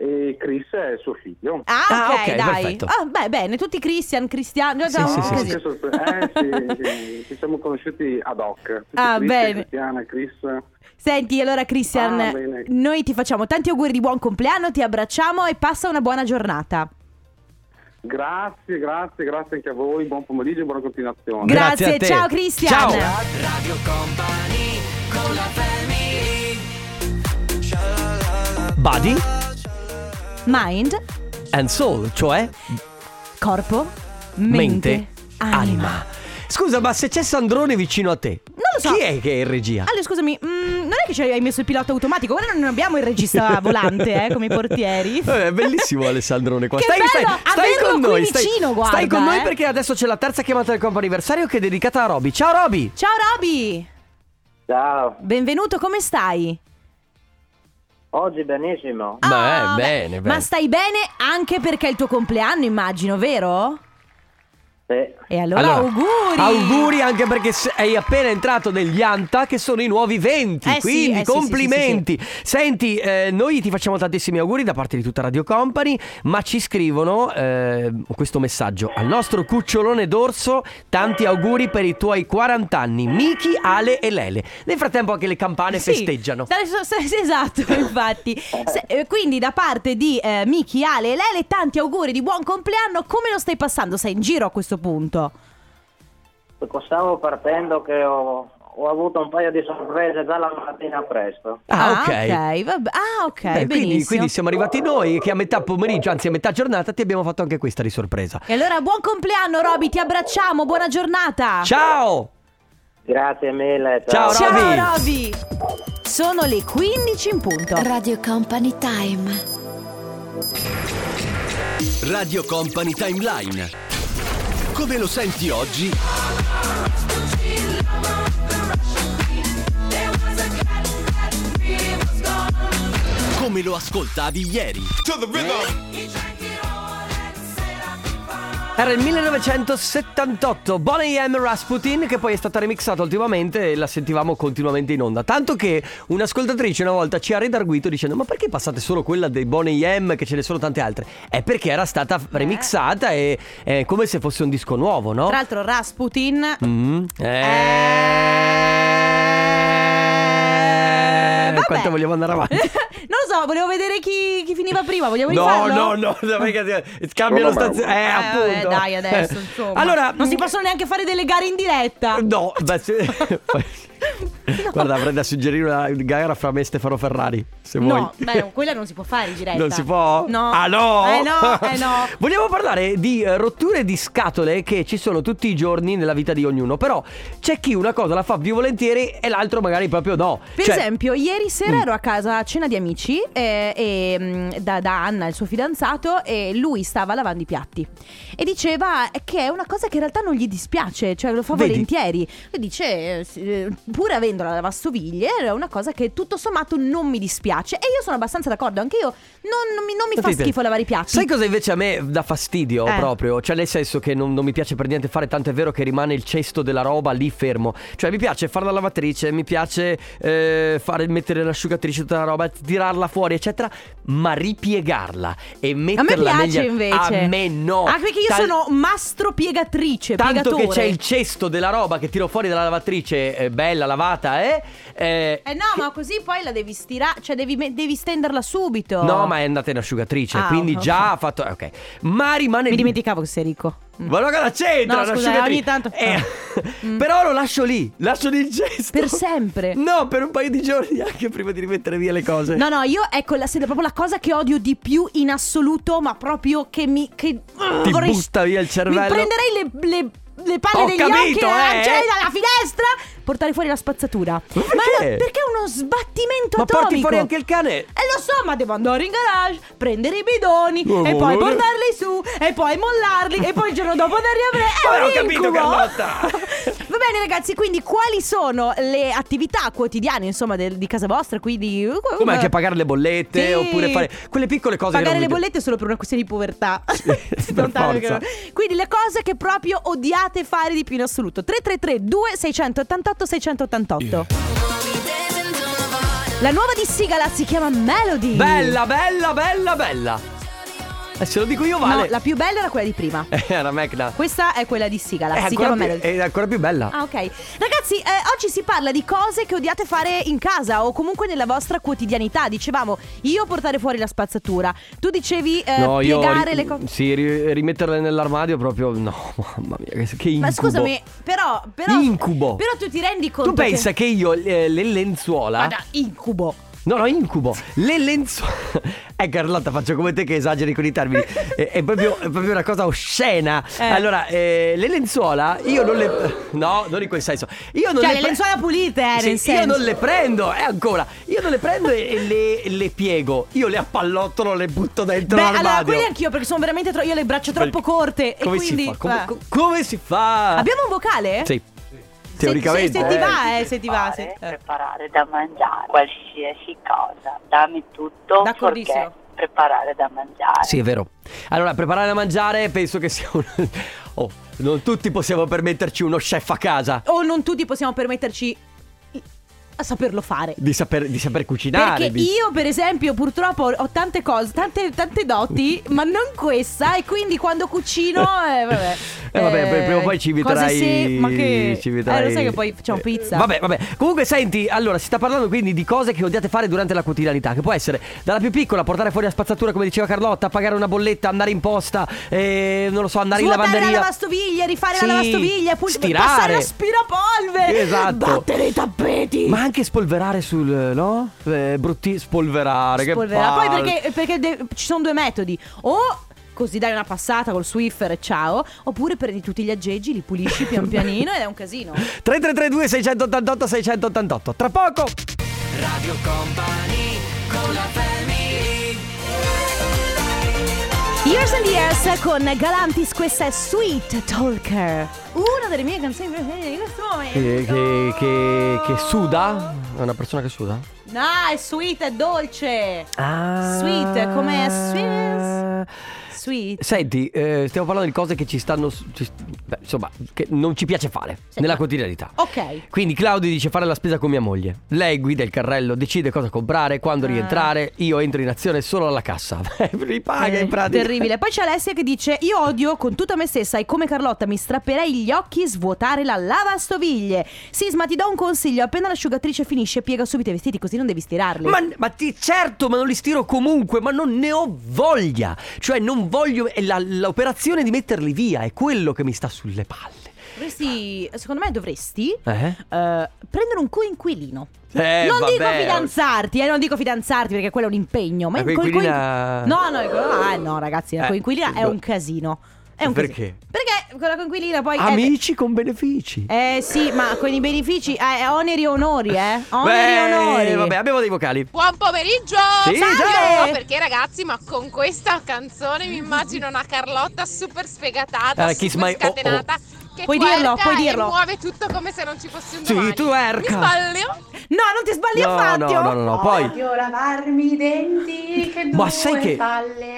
[SPEAKER 9] E Chris è suo figlio.
[SPEAKER 2] Ah, ok,
[SPEAKER 1] Ah, ok,
[SPEAKER 2] dai.
[SPEAKER 1] perfetto.
[SPEAKER 2] Ah, beh, bene, tutti Christian, Cristiano.
[SPEAKER 1] Sì, sì,
[SPEAKER 9] No,
[SPEAKER 1] sì,
[SPEAKER 9] che
[SPEAKER 1] sì.
[SPEAKER 9] sorpre- eh, sì, sì, ci siamo conosciuti ad hoc. Tutti
[SPEAKER 2] Ah,
[SPEAKER 9] Chris,
[SPEAKER 2] bene.
[SPEAKER 9] Cristiana, Chris.
[SPEAKER 2] Senti, allora Christian,
[SPEAKER 9] Ah, bene.
[SPEAKER 2] noi ti facciamo tanti auguri di buon compleanno, ti abbracciamo e passa una buona giornata.
[SPEAKER 9] Grazie, grazie, grazie anche a voi. Buon pomeriggio e buona continuazione.
[SPEAKER 1] Grazie a te.
[SPEAKER 2] ciao Christian.
[SPEAKER 1] Ciao.
[SPEAKER 4] Radio Company con la family
[SPEAKER 1] Body
[SPEAKER 2] Mind,
[SPEAKER 1] and soul, cioè
[SPEAKER 2] corpo,
[SPEAKER 1] mente,
[SPEAKER 2] mente,
[SPEAKER 1] anima. Scusa, ma se c'è Sandrone vicino a te,
[SPEAKER 2] Non lo so.
[SPEAKER 1] chi è che è in regia?
[SPEAKER 2] Allora, scusami, mm, non è che ci hai messo il pilota automatico, ora non abbiamo il
[SPEAKER 1] *laughs*
[SPEAKER 2] regista volante, eh, come i portieri.
[SPEAKER 1] Eh, È bellissimo Alessandrone qua.
[SPEAKER 2] Che
[SPEAKER 1] stai, stai-
[SPEAKER 2] bello
[SPEAKER 1] stai
[SPEAKER 2] averlo
[SPEAKER 1] con
[SPEAKER 2] qui
[SPEAKER 1] noi. Stai,
[SPEAKER 2] vicino, guarda,
[SPEAKER 1] stai con noi
[SPEAKER 2] eh.
[SPEAKER 1] perché adesso c'è la terza chiamata del compo anniversario che è dedicata a Roby. Ciao Roby!
[SPEAKER 2] Ciao Roby,
[SPEAKER 10] Ciao,
[SPEAKER 2] benvenuto, come stai?
[SPEAKER 10] oggi benissimo.
[SPEAKER 1] Ma, eh,
[SPEAKER 2] Ah, beh,
[SPEAKER 1] bene, bene.
[SPEAKER 2] Ma stai bene anche perché è il tuo compleanno, immagino, vero?
[SPEAKER 10] Sì.
[SPEAKER 2] E allora, auguri!
[SPEAKER 1] Auguri anche perché sei appena entrato negli Anta che sono i nuovi 20.
[SPEAKER 2] Eh sì,
[SPEAKER 1] quindi
[SPEAKER 2] eh sì, sì,
[SPEAKER 1] complimenti. Senti, eh, noi ti facciamo tantissimi auguri da parte di tutta Radio Company, ma ci scrivono eh, questo messaggio al nostro cucciolone d'orso. Tanti auguri per i tuoi 40 anni, Miki, Ale e Lele. Nel frattempo anche le campane
[SPEAKER 2] Sì,
[SPEAKER 1] festeggiano.
[SPEAKER 2] sta- so- so- sì, esatto, *laughs* infatti. Se- eh, quindi da parte di eh, Miki, Ale e Lele, tanti auguri di buon compleanno. Come lo stai passando? Sei in giro a questo punto?
[SPEAKER 10] Stavo Ecco, partendo che ho, ho ho avuto un paio di sorprese già la mattina presto.
[SPEAKER 1] Ah, ok.
[SPEAKER 2] vabbè. Ah, ok,
[SPEAKER 1] Beh, quindi,
[SPEAKER 2] benissimo.
[SPEAKER 1] quindi siamo arrivati noi che a metà pomeriggio, anzi a metà giornata, ti abbiamo fatto anche questa di sorpresa.
[SPEAKER 2] E allora buon compleanno Roby, ti abbracciamo, buona giornata.
[SPEAKER 1] Ciao!
[SPEAKER 10] Grazie mille.
[SPEAKER 1] Ciao,
[SPEAKER 2] Ciao
[SPEAKER 1] Roby!
[SPEAKER 2] Roby. Sono le 15 in punto.
[SPEAKER 11] Radio Company Time.
[SPEAKER 4] Radio Company Timeline. Come lo senti oggi? Come lo ascoltavi ieri?
[SPEAKER 1] Era il 1978, Bonnie M. Rasputin, che poi è stata remixata ultimamente e la sentivamo continuamente in onda. Tanto che un'ascoltatrice una volta ci ha redarguito dicendo: Ma perché passate solo quella dei Bonnie M, che ce ne sono tante altre? È perché era stata remixata e è come se fosse un disco nuovo, no?
[SPEAKER 2] Tra l'altro Rasputin
[SPEAKER 1] Oh. Mm. Eh,
[SPEAKER 2] vabbè. Eh,
[SPEAKER 1] Quanto vogliamo andare avanti?
[SPEAKER 2] *laughs* Non lo so, volevo vedere chi, chi finiva prima, vogliamo
[SPEAKER 1] No,
[SPEAKER 2] rifarlo?
[SPEAKER 1] no, no, no, perché cambiano
[SPEAKER 9] Solo
[SPEAKER 1] stazione. Eh,
[SPEAKER 2] Eh, vabbè,
[SPEAKER 1] appunto. *laughs*
[SPEAKER 2] dai, adesso, insomma.
[SPEAKER 1] Allora, mm.
[SPEAKER 2] non si possono neanche fare delle gare in diretta.
[SPEAKER 1] No, beh,
[SPEAKER 2] *laughs*
[SPEAKER 1] se- guarda, avrei da suggerire una gara fra me e Stefano Ferrari. Se vuoi,
[SPEAKER 2] No, beh, no, quella non si può fare in diretta.
[SPEAKER 1] non si può?
[SPEAKER 2] No.
[SPEAKER 1] Ah, no,
[SPEAKER 2] Eh no, eh no.
[SPEAKER 1] *laughs* Vogliamo parlare di eh, rotture di scatole che ci sono tutti i giorni nella vita di ognuno. Però c'è chi una cosa la fa più volentieri e l'altro magari proprio no.
[SPEAKER 2] Per
[SPEAKER 1] Cioè,
[SPEAKER 2] esempio, ieri sera
[SPEAKER 1] Mm.
[SPEAKER 2] ero a casa a cena di amici eh, e, mm, da, da Anna, il suo fidanzato, e lui stava lavando i piatti. E diceva che è una cosa che in realtà non gli dispiace, cioè lo fa
[SPEAKER 1] Vedi?
[SPEAKER 2] volentieri. Lui dice, eh, sì, eh, pur avendo la lavastoviglie, è una cosa che tutto sommato non mi dispiace. E io sono abbastanza d'accordo, anche io non, non mi, non mi fa
[SPEAKER 1] Capite?
[SPEAKER 2] schifo lavare i piatti.
[SPEAKER 1] Sai cosa invece a me dà fastidio
[SPEAKER 2] Eh.
[SPEAKER 1] proprio? Cioè, nel senso che non, non mi piace per niente fare, tanto è vero che rimane il cesto della roba lì fermo. Cioè, mi piace fare la lavatrice, mi piace eh, fare, mettere l'asciugatrice tutta la roba, tirarla fuori, eccetera. Ma ripiegarla e
[SPEAKER 2] a me
[SPEAKER 1] metterla negli
[SPEAKER 2] piace invece.
[SPEAKER 1] A me no.
[SPEAKER 2] Ah, perché io
[SPEAKER 1] Tal-
[SPEAKER 2] sono mastro piegatrice,
[SPEAKER 1] Tanto
[SPEAKER 2] piegatore.
[SPEAKER 1] che c'è il cesto della roba che tiro fuori dalla lavatrice, eh, bella, lavata, eh? eh,
[SPEAKER 2] Eh no, ma così poi la devi stirare, cioè devi, me- devi stenderla subito.
[SPEAKER 1] No, ma è andata in asciugatrice,
[SPEAKER 2] Ah,
[SPEAKER 1] quindi
[SPEAKER 2] ok,
[SPEAKER 1] già
[SPEAKER 2] ok.
[SPEAKER 1] ha fatto. eh, Ok. Ma rimane
[SPEAKER 2] Mi
[SPEAKER 1] lì.
[SPEAKER 2] dimenticavo che sei ricco. Mm.
[SPEAKER 1] Ma no, cosa c'entra?
[SPEAKER 2] No,
[SPEAKER 1] Una
[SPEAKER 2] scusa,
[SPEAKER 1] asciugatrice.
[SPEAKER 2] ogni tanto-
[SPEAKER 1] Eh,
[SPEAKER 2] Mm.
[SPEAKER 1] Però lo lascio lì, lascio lì il gesto.
[SPEAKER 2] Per sempre.
[SPEAKER 1] No, per un paio di giorni anche prima di rimettere via le cose.
[SPEAKER 2] No, no, io ecco la, se- proprio la cosa che odio di più in assoluto, ma proprio che mi. Che, uh,
[SPEAKER 1] Ti butta via il cervello.
[SPEAKER 2] Mi prenderei le. le- le palle
[SPEAKER 1] Ho
[SPEAKER 2] degli occhi
[SPEAKER 1] capito,
[SPEAKER 2] e
[SPEAKER 1] eh.
[SPEAKER 2] lanciarle dalla finestra portare fuori la spazzatura ma
[SPEAKER 1] perché?
[SPEAKER 2] no, perché è uno sbattimento
[SPEAKER 1] Ma
[SPEAKER 2] atomico
[SPEAKER 1] porti fuori anche il cane?
[SPEAKER 2] e lo so ma devo andare in garage prendere i bidoni
[SPEAKER 1] Eh,
[SPEAKER 2] e poi
[SPEAKER 1] eh.
[SPEAKER 2] portarli su e poi mollarli e poi il giorno dopo
[SPEAKER 1] Ma
[SPEAKER 2] darli
[SPEAKER 1] ho
[SPEAKER 2] a me è un
[SPEAKER 1] capito,
[SPEAKER 2] incubo
[SPEAKER 1] Carlotta.
[SPEAKER 2] Va bene ragazzi, quindi quali sono le attività quotidiane insomma del- di casa vostra? Quindi, eh,
[SPEAKER 1] Come anche pagare le bollette
[SPEAKER 2] Sì.
[SPEAKER 1] oppure fare quelle piccole cose che
[SPEAKER 2] Pagare
[SPEAKER 1] non
[SPEAKER 2] le
[SPEAKER 1] vi-
[SPEAKER 2] bollette solo per una questione di povertà. *laughs*
[SPEAKER 1] Per
[SPEAKER 2] Lontano che
[SPEAKER 1] forza.
[SPEAKER 2] non- Quindi le cose che proprio odiate fare di più in assoluto. 333 2688 688. La nuova di Sigala si chiama Melody.
[SPEAKER 1] Bella, bella, bella, bella. E se lo dico io
[SPEAKER 2] No,
[SPEAKER 1] vale.
[SPEAKER 2] la più bella era quella di
[SPEAKER 1] *laughs*
[SPEAKER 2] prima.
[SPEAKER 1] È una mecna.
[SPEAKER 2] Questa è quella di Sigala,
[SPEAKER 1] È
[SPEAKER 2] si
[SPEAKER 1] Eh, ancora
[SPEAKER 2] chiama
[SPEAKER 1] più-
[SPEAKER 2] Melody.
[SPEAKER 1] È ancora più bella.
[SPEAKER 2] Ah, ok. Ragazzi, eh, oggi si parla di cose che odiate fare in casa o comunque nella vostra quotidianità. Dicevamo, io portare fuori la spazzatura. Tu dicevi eh, piegare
[SPEAKER 1] ri-
[SPEAKER 2] le cose.
[SPEAKER 1] Sì, ri- rimetterle nell'armadio proprio. No, *laughs* mamma mia, che, che incubo.
[SPEAKER 2] Ma scusami, però, però.
[SPEAKER 1] Incubo.
[SPEAKER 2] Però tu ti rendi conto.
[SPEAKER 1] Tu pensa che, io eh, le lenzuola.
[SPEAKER 2] Guarda, incubo.
[SPEAKER 1] No, no, incubo. Le lenzuola. *laughs* eh, Carlotta, faccio come te che esageri con i termini. è, è proprio, è proprio una cosa oscena.
[SPEAKER 2] Eh.
[SPEAKER 1] Allora, eh, le lenzuola, io non le. No, non in quel senso. Io non
[SPEAKER 2] Cioè,
[SPEAKER 1] le,
[SPEAKER 2] le
[SPEAKER 1] pre-
[SPEAKER 2] lenzuola pulite, eh,
[SPEAKER 1] Sì,
[SPEAKER 2] nel senso.
[SPEAKER 1] Io non le prendo, eh, ancora. Io non le prendo e- e le, le piego. Io le appallottolo, le butto dentro
[SPEAKER 2] Beh,
[SPEAKER 1] l'armadio.
[SPEAKER 2] allora, quelle anch'io perché sono veramente tro- io ho le braccia troppo corte.
[SPEAKER 1] Come
[SPEAKER 2] e quindi.
[SPEAKER 1] si fa? Come,
[SPEAKER 2] eh.
[SPEAKER 1] co- come si fa?
[SPEAKER 2] Abbiamo un vocale?
[SPEAKER 1] Sì.
[SPEAKER 2] Se-
[SPEAKER 1] Teoricamente.
[SPEAKER 2] Se, se ti
[SPEAKER 1] eh.
[SPEAKER 2] va, eh, se ti va. se-
[SPEAKER 12] Fare,
[SPEAKER 2] eh.
[SPEAKER 12] preparare da mangiare, qualsiasi cosa, dammi tutto
[SPEAKER 2] D'accordissimo.
[SPEAKER 12] perché preparare da mangiare.
[SPEAKER 1] Sì, è vero. Allora, preparare da mangiare penso che sia un... *laughs* Oh, non tutti possiamo permetterci uno chef a casa
[SPEAKER 2] eh. O non tutti possiamo permetterci i- a saperlo fare.
[SPEAKER 1] di saper, di saper cucinare.
[SPEAKER 2] Perché
[SPEAKER 1] di-
[SPEAKER 2] io, per esempio, purtroppo ho- ho
[SPEAKER 1] *laughs*
[SPEAKER 2] tante cose, tante, tante doti, ma non questa. E quindi quando cucino, eh, vabbè.
[SPEAKER 1] *laughs* Eh, vabbè, pr- prima o poi ci
[SPEAKER 2] cose
[SPEAKER 1] inviterai.
[SPEAKER 2] se- ma che-
[SPEAKER 1] Ci inviterai.
[SPEAKER 2] Eh, lo sai che poi facciamo pizza.
[SPEAKER 1] Vabbè, vabbè. Comunque, senti, allora, si sta parlando quindi di cose che odiate fare durante la quotidianità, che può essere dalla più piccola, portare fuori la spazzatura, come diceva Carlotta, pagare una bolletta, andare in posta, eh, non lo so, andare
[SPEAKER 2] Svuotare
[SPEAKER 1] in lavanderia.
[SPEAKER 2] la lavastoviglie, rifare
[SPEAKER 1] Sì,
[SPEAKER 2] la lavastoviglie, pul-
[SPEAKER 1] stirare.
[SPEAKER 2] passare l'aspirapolvere,
[SPEAKER 1] Esatto.
[SPEAKER 2] battere i tappeti.
[SPEAKER 1] Ma anche spolverare sul. no? Eh, brutti. Spolverare. che
[SPEAKER 2] Spolverà. Poi
[SPEAKER 1] palle.
[SPEAKER 2] perché, perché de- ci sono due metodi. O così dai una passata col Swiffer e ciao, oppure prendi tutti gli aggeggi, li
[SPEAKER 1] *laughs*
[SPEAKER 2] pulisci pian pianino ed è un casino.
[SPEAKER 1] 3332 688 688 Tra poco
[SPEAKER 4] Radio Company con la family.
[SPEAKER 2] Years and Years con Galantis, questa è Sweet Talker. Una delle mie canzoni preferite di questo momento.
[SPEAKER 1] che, che, che, che suda È una persona che suda?
[SPEAKER 2] No, è sweet, è dolce.
[SPEAKER 1] Ah.
[SPEAKER 2] Sweet, come sweet. Sweet.
[SPEAKER 1] Senti, eh, stiamo parlando di cose che ci stanno ci- beh, Insomma, che non ci piace fare Nella quotidianità
[SPEAKER 2] Ok.
[SPEAKER 1] Quindi Claudio dice fare la spesa con mia moglie Lei guida il carrello, decide cosa comprare, quando
[SPEAKER 2] Ah.
[SPEAKER 1] rientrare Io entro in azione solo alla cassa *laughs* Ripaga
[SPEAKER 2] Eh,
[SPEAKER 1] in pratica
[SPEAKER 2] Terribile. Poi c'è Alessia che dice: Io odio con tutta me stessa e come Carlotta mi strapperei gli occhi svuotare la lavastoviglie. Sisma, ti do un consiglio: appena l'asciugatrice finisce, piega subito i vestiti così non devi stirarli.
[SPEAKER 1] Ma, ma ti- certo, ma non li stiro comunque, ma non ne ho voglia. Cioè, non voglio. è la- l'operazione di metterli via è quello che mi sta sulle palle.
[SPEAKER 2] Dovresti, secondo me dovresti
[SPEAKER 1] Eh?
[SPEAKER 2] eh, prendere un coinquilino.
[SPEAKER 1] Eh,
[SPEAKER 2] non
[SPEAKER 1] vabbè.
[SPEAKER 2] dico fidanzarti, eh, non dico fidanzarti perché quello è un impegno. Ma
[SPEAKER 1] La
[SPEAKER 2] il coin-
[SPEAKER 1] coinquilina-
[SPEAKER 2] No, no, il co- ah, no, ragazzi, la
[SPEAKER 1] Eh,
[SPEAKER 2] coinquilina è
[SPEAKER 1] no.
[SPEAKER 2] un casino. È un
[SPEAKER 1] Perché?
[SPEAKER 2] casino. Perché con la coinquilina poi. eh,
[SPEAKER 1] Amici con benefici.
[SPEAKER 2] Eh sì, ma con i benefici eh, è oneri e onori, eh. Oneri Oh, e
[SPEAKER 1] Beh,
[SPEAKER 2] onori.
[SPEAKER 1] Vabbè, abbiamo dei vocali.
[SPEAKER 13] Buon pomeriggio!
[SPEAKER 1] Sì,
[SPEAKER 13] Io
[SPEAKER 1] salve!
[SPEAKER 13] non so perché ragazzi, ma con questa canzone mi immagino una Carlotta super sfegatata,
[SPEAKER 1] Eh, kiss
[SPEAKER 13] super
[SPEAKER 1] my- oh, oh.
[SPEAKER 13] scatenata. Che
[SPEAKER 2] Puoi dirlo,
[SPEAKER 13] twerka
[SPEAKER 2] puoi
[SPEAKER 13] e
[SPEAKER 2] dirlo.
[SPEAKER 13] muove tutto come se non ci fosse un
[SPEAKER 1] Sì,
[SPEAKER 13] domani.
[SPEAKER 1] twerka.
[SPEAKER 13] Mi sbaglio?
[SPEAKER 2] No, non ti sbagli
[SPEAKER 1] No,
[SPEAKER 2] affatto.
[SPEAKER 1] no, no, no, no, poi-
[SPEAKER 13] Voglio lavarmi i denti, che
[SPEAKER 1] Ma sai che-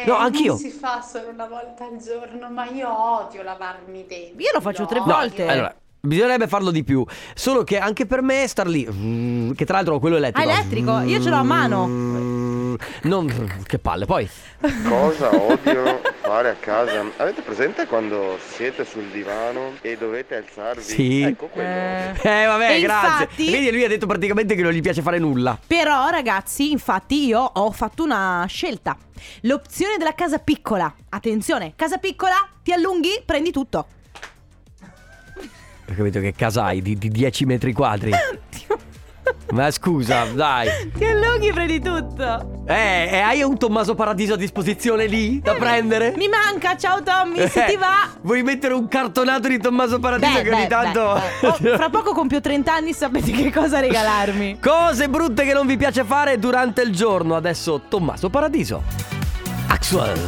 [SPEAKER 1] no, anch'io.
[SPEAKER 13] fa solo una volta al giorno, ma io odio lavarmi i denti.
[SPEAKER 2] Io lo faccio tre
[SPEAKER 1] No,
[SPEAKER 2] volte.
[SPEAKER 1] allora, bisognerebbe farlo di più. Solo che anche per me star lì. mm, Che tra l'altro quello
[SPEAKER 2] Ah,
[SPEAKER 1] elettrico.
[SPEAKER 2] elettrico, io ce l'ho a mano.
[SPEAKER 1] Mm, Non, che palle, poi.
[SPEAKER 14] Cosa odio fare a casa? Avete presente quando siete sul divano e dovete alzarvi?
[SPEAKER 1] Sì.
[SPEAKER 14] Ecco quello.
[SPEAKER 1] Eh, vabbè,
[SPEAKER 2] E
[SPEAKER 1] grazie.
[SPEAKER 2] infatti-
[SPEAKER 1] Vedi, lui ha detto praticamente che non gli piace fare nulla.
[SPEAKER 2] Però ragazzi, infatti io ho fatto una scelta. L'opzione della casa piccola. Attenzione, casa piccola, ti allunghi, prendi tutto. *laughs*
[SPEAKER 1] Ho capito che casa hai di, di 10 metri
[SPEAKER 2] *laughs*
[SPEAKER 1] quadri. Ma scusa, dai.
[SPEAKER 2] Ti allunghi, prendi tutto.
[SPEAKER 1] Eh, e hai un Tommaso Paradiso a disposizione lì da prendere?
[SPEAKER 2] Eh, Mi manca, ciao Tommy, se
[SPEAKER 1] Eh,
[SPEAKER 2] ti va.
[SPEAKER 1] Vuoi mettere un cartonato di Tommaso Paradiso
[SPEAKER 2] Beh,
[SPEAKER 1] che ogni
[SPEAKER 2] beh,
[SPEAKER 1] tanto.
[SPEAKER 2] beh. Oh, fra poco compio 30 anni, sapete che cosa regalarmi.
[SPEAKER 1] Cose brutte che non vi piace fare durante il giorno. Adesso Tommaso Paradiso. Axwell.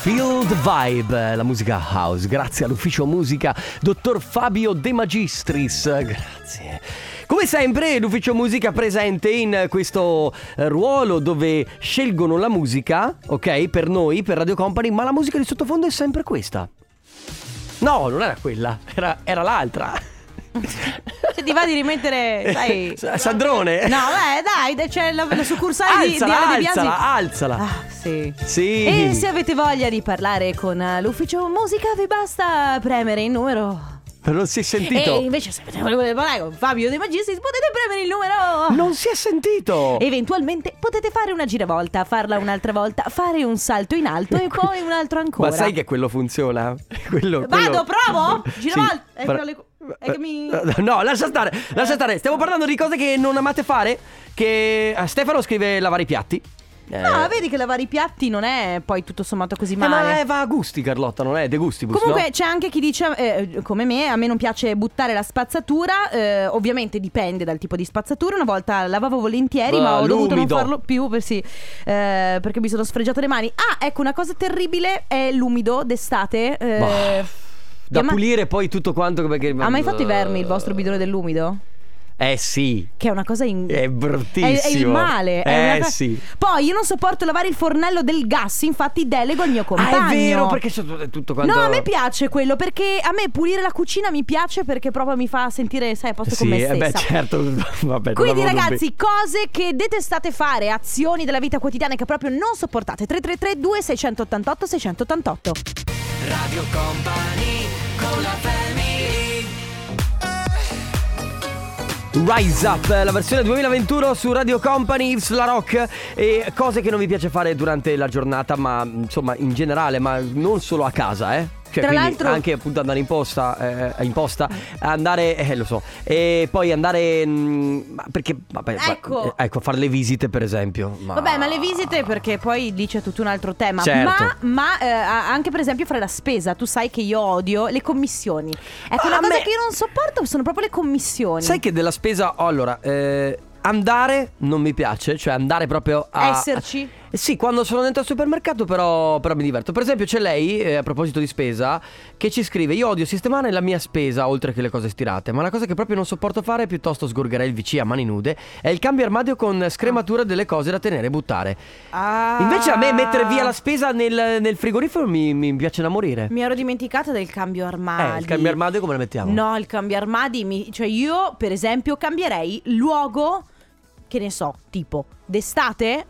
[SPEAKER 1] Feel the vibe, la musica house, grazie all'ufficio musica dottor Fabio De Magistris, grazie. Come sempre l'ufficio musica presente in questo eh, ruolo dove scelgono la musica, ok, per noi, per Radio Company, ma la musica di sottofondo è sempre questa. No, non era quella, era, era l'altra.
[SPEAKER 2] Se ti va di rimettere, Eh, sai.
[SPEAKER 1] *laughs* Sa- Sandrone?
[SPEAKER 2] No, beh, dai, c'è la, la succursale di, di
[SPEAKER 1] alzala,
[SPEAKER 2] Ale De Biasi.
[SPEAKER 1] alzala, alzala.
[SPEAKER 2] Ah, sì.
[SPEAKER 1] Sì.
[SPEAKER 2] E se avete voglia di parlare con eh, l'ufficio musica, vi basta premere il numero.
[SPEAKER 1] Non si è sentito.
[SPEAKER 2] E invece, se avete voglia di parlare con Fabio De Magistris, potete premere il numero.
[SPEAKER 1] Non si è sentito.
[SPEAKER 2] Eventualmente potete fare una giravolta, farla un'altra volta, fare un salto in
[SPEAKER 1] *laughs*
[SPEAKER 2] alto e poi un altro ancora.
[SPEAKER 1] Ma sai che quello funziona? *laughs* Quello,
[SPEAKER 2] Vado,
[SPEAKER 1] quello- *laughs*
[SPEAKER 2] provo? Giravolta.
[SPEAKER 1] Sì,
[SPEAKER 2] Eh,
[SPEAKER 1] fra-
[SPEAKER 2] però le- è che mi.
[SPEAKER 1] *laughs*
[SPEAKER 2] Eh.
[SPEAKER 1] No, lascia stare, lascia stare. Stiamo parlando di cose che non amate fare. Che eh, Stefano scrive lavare i piatti. Eh,
[SPEAKER 2] No, vedi che lavare i piatti non è poi tutto sommato così
[SPEAKER 1] eh,
[SPEAKER 2] male.
[SPEAKER 1] ma eh, va a gusti, Carlotta, non è De Gustibus.
[SPEAKER 2] Comunque
[SPEAKER 1] no?
[SPEAKER 2] c'è anche chi dice, eh, come me, a me non piace buttare la spazzatura, eh, ovviamente dipende dal tipo di spazzatura, una volta lavavo volentieri
[SPEAKER 1] Ah,
[SPEAKER 2] ma ho dovuto non
[SPEAKER 1] l'umido.
[SPEAKER 2] farlo più per- sì, eh, perché mi sono sfregiato le mani. Ah, ecco una cosa terribile è l'umido d'estate. eh,
[SPEAKER 1] Bah, Boh. da
[SPEAKER 2] che ma-
[SPEAKER 1] pulire poi tutto quanto. Perché...
[SPEAKER 2] Ha mai fatto i vermi il vostro bidone dell'umido?
[SPEAKER 1] Eh sì.
[SPEAKER 2] Che è una cosa in...
[SPEAKER 1] È bruttissimo.
[SPEAKER 2] È, è il male. è
[SPEAKER 1] Eh,
[SPEAKER 2] una co-
[SPEAKER 1] sì.
[SPEAKER 2] Poi io non sopporto lavare il fornello del gas, infatti delego al mio compagno.
[SPEAKER 1] Ah, è vero, perché c'è tutto quanto.
[SPEAKER 2] No, a me piace quello perché a me pulire la cucina mi piace perché proprio mi fa sentire, sai, a posto
[SPEAKER 1] Sì,
[SPEAKER 2] con me
[SPEAKER 1] eh,
[SPEAKER 2] stessa.
[SPEAKER 1] beh, certo. *laughs* Vabbè, non
[SPEAKER 2] Quindi
[SPEAKER 1] avevo dubbi.
[SPEAKER 2] ragazzi, cose che detestate fare, azioni della vita quotidiana che proprio non sopportate. 333 2688 688.
[SPEAKER 4] Radio Company con con la family.
[SPEAKER 1] Rise Up, la versione 2021 su Radio Company, Yves La Rock e cose che non vi piace fare durante la giornata, ma insomma in generale, ma non solo a casa, eh. Cioè,
[SPEAKER 2] Tra
[SPEAKER 1] quindi
[SPEAKER 2] l'altro-
[SPEAKER 1] anche appunto andare in posta, eh, in posta, andare, eh, lo so, e poi andare, mm, ma perché, vabbè, ma-
[SPEAKER 2] Ecco.
[SPEAKER 1] eh, ecco, fare le visite per esempio. Ma...
[SPEAKER 2] Vabbè, ma le visite perché poi lì c'è tutto un altro tema.
[SPEAKER 1] Certo.
[SPEAKER 2] Ma, ma, eh, a- anche per esempio fare la spesa, tu sai che io odio le commissioni. Ecco,
[SPEAKER 1] Ah,
[SPEAKER 2] una
[SPEAKER 1] a
[SPEAKER 2] cosa
[SPEAKER 1] me-
[SPEAKER 2] che io non sopporto sono proprio le commissioni.
[SPEAKER 1] Sai che della spesa, oh, allora, eh, andare non mi piace, cioè andare proprio a...
[SPEAKER 2] Esserci?
[SPEAKER 1] Eh Sì, quando sono dentro al supermercato però, però mi diverto. Per esempio c'è lei, eh, a proposito di spesa, che ci scrive, io odio sistemare la mia spesa oltre che le cose stirate, ma la cosa che proprio non sopporto fare, piuttosto sgorgerei il VC a mani nude, è il cambio armadio con scrematura delle cose da tenere e buttare.
[SPEAKER 2] Ah.
[SPEAKER 1] Invece a me mettere via la spesa nel, nel frigorifero mi, mi piace da morire.
[SPEAKER 2] Mi ero dimenticata del cambio armadio.
[SPEAKER 1] Eh, il cambio armadio come lo mettiamo?
[SPEAKER 2] No, il cambio armadi, mi- cioè io per esempio cambierei luogo, che ne so, tipo d'estate.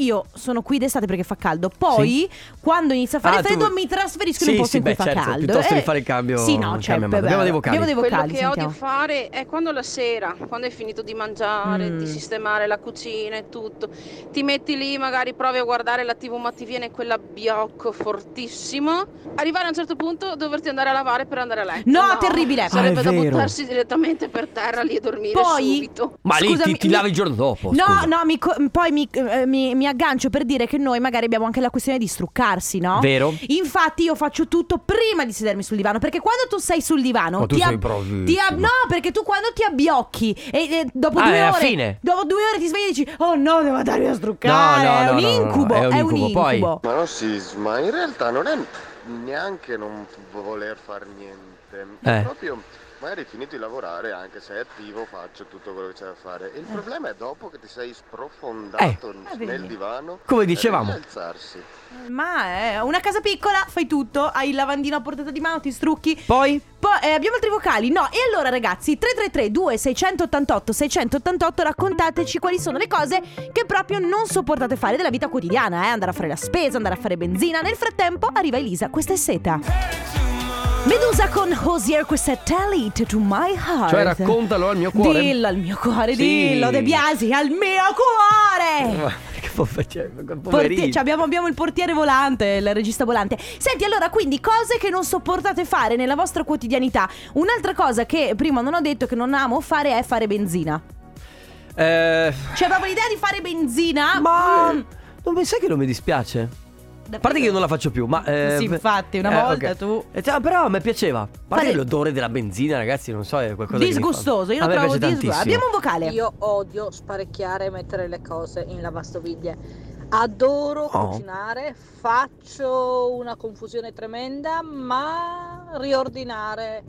[SPEAKER 2] Io sono qui d'estate perché fa caldo. Poi, quando inizia a fare
[SPEAKER 1] Ah, tu-
[SPEAKER 2] freddo, mi trasferisco in
[SPEAKER 1] Sì,
[SPEAKER 2] un posto
[SPEAKER 1] sì,
[SPEAKER 2] in cui
[SPEAKER 1] beh,
[SPEAKER 2] fa
[SPEAKER 1] certo,
[SPEAKER 2] caldo.
[SPEAKER 1] piuttosto di
[SPEAKER 2] Eh,
[SPEAKER 1] fare il cambio-
[SPEAKER 2] Sì, no,
[SPEAKER 1] il
[SPEAKER 2] cioè,
[SPEAKER 1] cambio armadio. Abbiamo dei vocali.
[SPEAKER 2] Abbiamo dei
[SPEAKER 15] Quello
[SPEAKER 2] vocali.
[SPEAKER 15] che
[SPEAKER 2] sentiamo.
[SPEAKER 15] odio fare è quando la sera, quando hai finito di mangiare,
[SPEAKER 2] Mm.
[SPEAKER 15] di sistemare la cucina e tutto, ti metti lì, magari provi a guardare la TV, ma ti viene quell'abbiocco fortissimo. Arrivare a un certo punto doverti andare a lavare per andare a letto.
[SPEAKER 2] No, terribile. Ah, è
[SPEAKER 15] Sarebbe da
[SPEAKER 1] vero.
[SPEAKER 15] buttarsi direttamente per terra lì e dormire
[SPEAKER 2] Poi-
[SPEAKER 15] subito.
[SPEAKER 1] Ma lì
[SPEAKER 2] Scusami,
[SPEAKER 1] ti, ti
[SPEAKER 2] mi-
[SPEAKER 1] lavi il giorno dopo.
[SPEAKER 2] No,
[SPEAKER 1] scusa.
[SPEAKER 2] no, mi co- poi mi, eh, mi- mi aggancio per dire che noi magari abbiamo anche la questione di struccarsi, no?
[SPEAKER 1] Vero.
[SPEAKER 2] Infatti io faccio tutto prima di sedermi sul divano, perché quando tu sei sul divano...
[SPEAKER 1] Ma Oh, tu
[SPEAKER 2] ti
[SPEAKER 1] sei
[SPEAKER 2] ab-
[SPEAKER 1] bravissimo.
[SPEAKER 2] ti ab- no, perché tu quando ti abbiocchi e, e dopo
[SPEAKER 1] Ah, è
[SPEAKER 2] due
[SPEAKER 1] la
[SPEAKER 2] ore...
[SPEAKER 1] fine.
[SPEAKER 2] Dopo due ore ti svegli e dici, oh no, devo andarmi a struccare. è un incubo,
[SPEAKER 1] è un incubo, poi-
[SPEAKER 2] incubo.
[SPEAKER 14] Ma no, sisma, in realtà non è neanche non voler fare niente. È
[SPEAKER 1] Eh.
[SPEAKER 14] proprio, magari finito di lavorare, anche se è attivo, faccio tutto quello che c'è da fare.
[SPEAKER 1] Eh.
[SPEAKER 14] Il problema è dopo che ti sei sprofondato nel
[SPEAKER 2] vedi.
[SPEAKER 14] divano.
[SPEAKER 1] Ah, Come
[SPEAKER 14] eh,
[SPEAKER 1] dicevamo.
[SPEAKER 14] alzarsi.
[SPEAKER 2] Ma è una casa piccola, fai tutto, hai il lavandino a portata di mano, ti strucchi.
[SPEAKER 1] Poi?
[SPEAKER 2] Poi eh, abbiamo altri vocali. No, e allora ragazzi, 333 2688 688 raccontateci quali sono le cose che proprio non sopportate fare della vita quotidiana, eh, andare a fare la spesa, andare a fare benzina. Nel frattempo arriva Elisa, questa è seta. Medusa con Hosier, questa è Tell it to my heart.
[SPEAKER 1] Cioè raccontalo al mio cuore.
[SPEAKER 2] Dillo al mio cuore,
[SPEAKER 1] Sì.
[SPEAKER 2] dillo De Biasi al mio cuore.
[SPEAKER 1] Ma Che po- cioè, poverino.
[SPEAKER 2] Porti- cioè abbiamo, abbiamo il portiere volante, il regista volante. Senti, allora, quindi cose che non sopportate fare nella vostra quotidianità. Un'altra cosa che prima non ho detto e che non amo fare è fare benzina.
[SPEAKER 1] Eh,
[SPEAKER 2] Cioè, proprio l'idea di fare benzina.
[SPEAKER 1] ma
[SPEAKER 2] Mm,
[SPEAKER 1] non mi sai che non mi dispiace? A parte che io non la faccio più, ma. eh,
[SPEAKER 2] Sì, infatti, una volta
[SPEAKER 1] ok.
[SPEAKER 2] tu-
[SPEAKER 1] Eh, cioè, però a me piaceva. A parte
[SPEAKER 2] Fare-
[SPEAKER 1] l'odore della benzina, ragazzi, non so, è qualcosa che mi fa-
[SPEAKER 2] disgustoso,
[SPEAKER 1] a
[SPEAKER 2] io lo
[SPEAKER 1] me
[SPEAKER 2] trovo
[SPEAKER 1] piace
[SPEAKER 2] disgustoso.
[SPEAKER 1] tantissimo.
[SPEAKER 2] Abbiamo un vocale.
[SPEAKER 16] Io odio sparecchiare e mettere le cose in lavastoviglie. Adoro
[SPEAKER 1] Oh.
[SPEAKER 16] cucinare, faccio una confusione tremenda, ma riordinare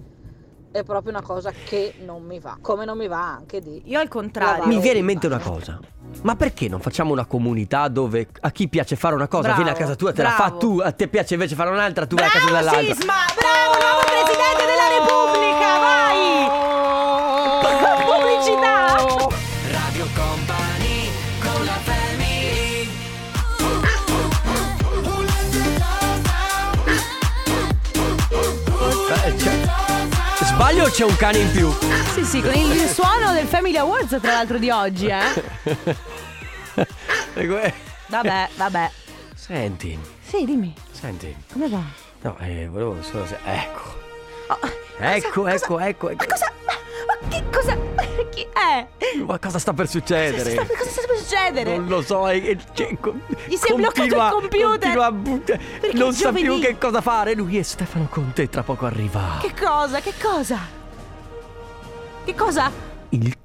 [SPEAKER 16] è proprio una cosa che non mi va. Come non mi va anche di
[SPEAKER 2] Io al contrario.
[SPEAKER 1] Mi viene in mente una cosa. Ma perché non facciamo una comunità dove a chi piace fare una cosa
[SPEAKER 2] Bravo,
[SPEAKER 1] viene a casa tua, te la fa
[SPEAKER 2] bravo.
[SPEAKER 1] tu, a te piace invece fare un'altra, tu vai a casa
[SPEAKER 2] Bravo
[SPEAKER 1] dell'altra. Oh!
[SPEAKER 2] Sisma, bravo nuovo presidente della
[SPEAKER 1] Oh!
[SPEAKER 2] Repubblica, vai! *laughs*
[SPEAKER 1] *laughs*
[SPEAKER 2] Pubblicità!
[SPEAKER 4] Radio Company con la family.
[SPEAKER 1] Eh, cioè, Sbaglio o c'è un cane in più?
[SPEAKER 2] Sì, sì, con il suono del Family Awards tra l'altro di oggi, eh.
[SPEAKER 1] *laughs* E Eh, que-
[SPEAKER 2] Vabbè, vabbè.
[SPEAKER 1] Senti,
[SPEAKER 2] Sì, dimmi,
[SPEAKER 1] senti.
[SPEAKER 2] come va?
[SPEAKER 1] No, eh, volevo solo se... Ecco.
[SPEAKER 2] Oh,
[SPEAKER 1] ecco, ecco, ecco, ecco.
[SPEAKER 2] Ma che cosa? Chi è?
[SPEAKER 1] Ma cosa sta per
[SPEAKER 2] Cosa
[SPEAKER 1] succedere?
[SPEAKER 2] sta, cosa sta per succedere?
[SPEAKER 1] Non lo so, è, è, cioè, co-
[SPEAKER 2] Gli si è bloccato il
[SPEAKER 1] continua-
[SPEAKER 2] computer.
[SPEAKER 1] continua a but- non sa
[SPEAKER 2] giovedì-
[SPEAKER 1] più che cosa fare. Lui e Stefano Conte tra poco arriva.
[SPEAKER 2] Che cosa? Che cosa? Che cosa?
[SPEAKER 1] Il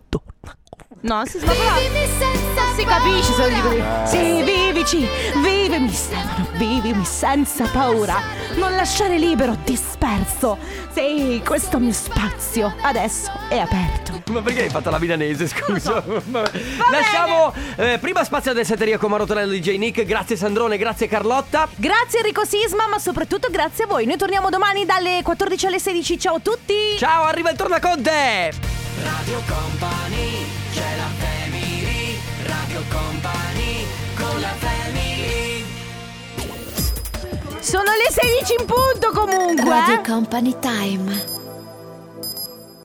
[SPEAKER 2] No, si sta Non si capisce se lo dico io. Sì, vivici, vivimi Stefano, vivimi senza paura. Non lasciare libero, disperso. Sì, questo mio spazio adesso è aperto.
[SPEAKER 1] Ma perché hai fatto la milanese, scusa? *laughs* Vabbè. Lasciamo eh, prima spazio ad Setteria con Marotonello DJ Nick. Grazie Sandrone, grazie Carlotta.
[SPEAKER 2] Grazie Enrico Sisma, ma soprattutto grazie a voi. Noi torniamo domani dalle 14 alle 16. Ciao a tutti!
[SPEAKER 1] Ciao, arriva il tornaconte!
[SPEAKER 4] Radio Company, c'è la family. Radio Company con la family.
[SPEAKER 2] Sono le 16 in punto comunque.
[SPEAKER 8] Radio
[SPEAKER 2] eh.
[SPEAKER 8] Company Time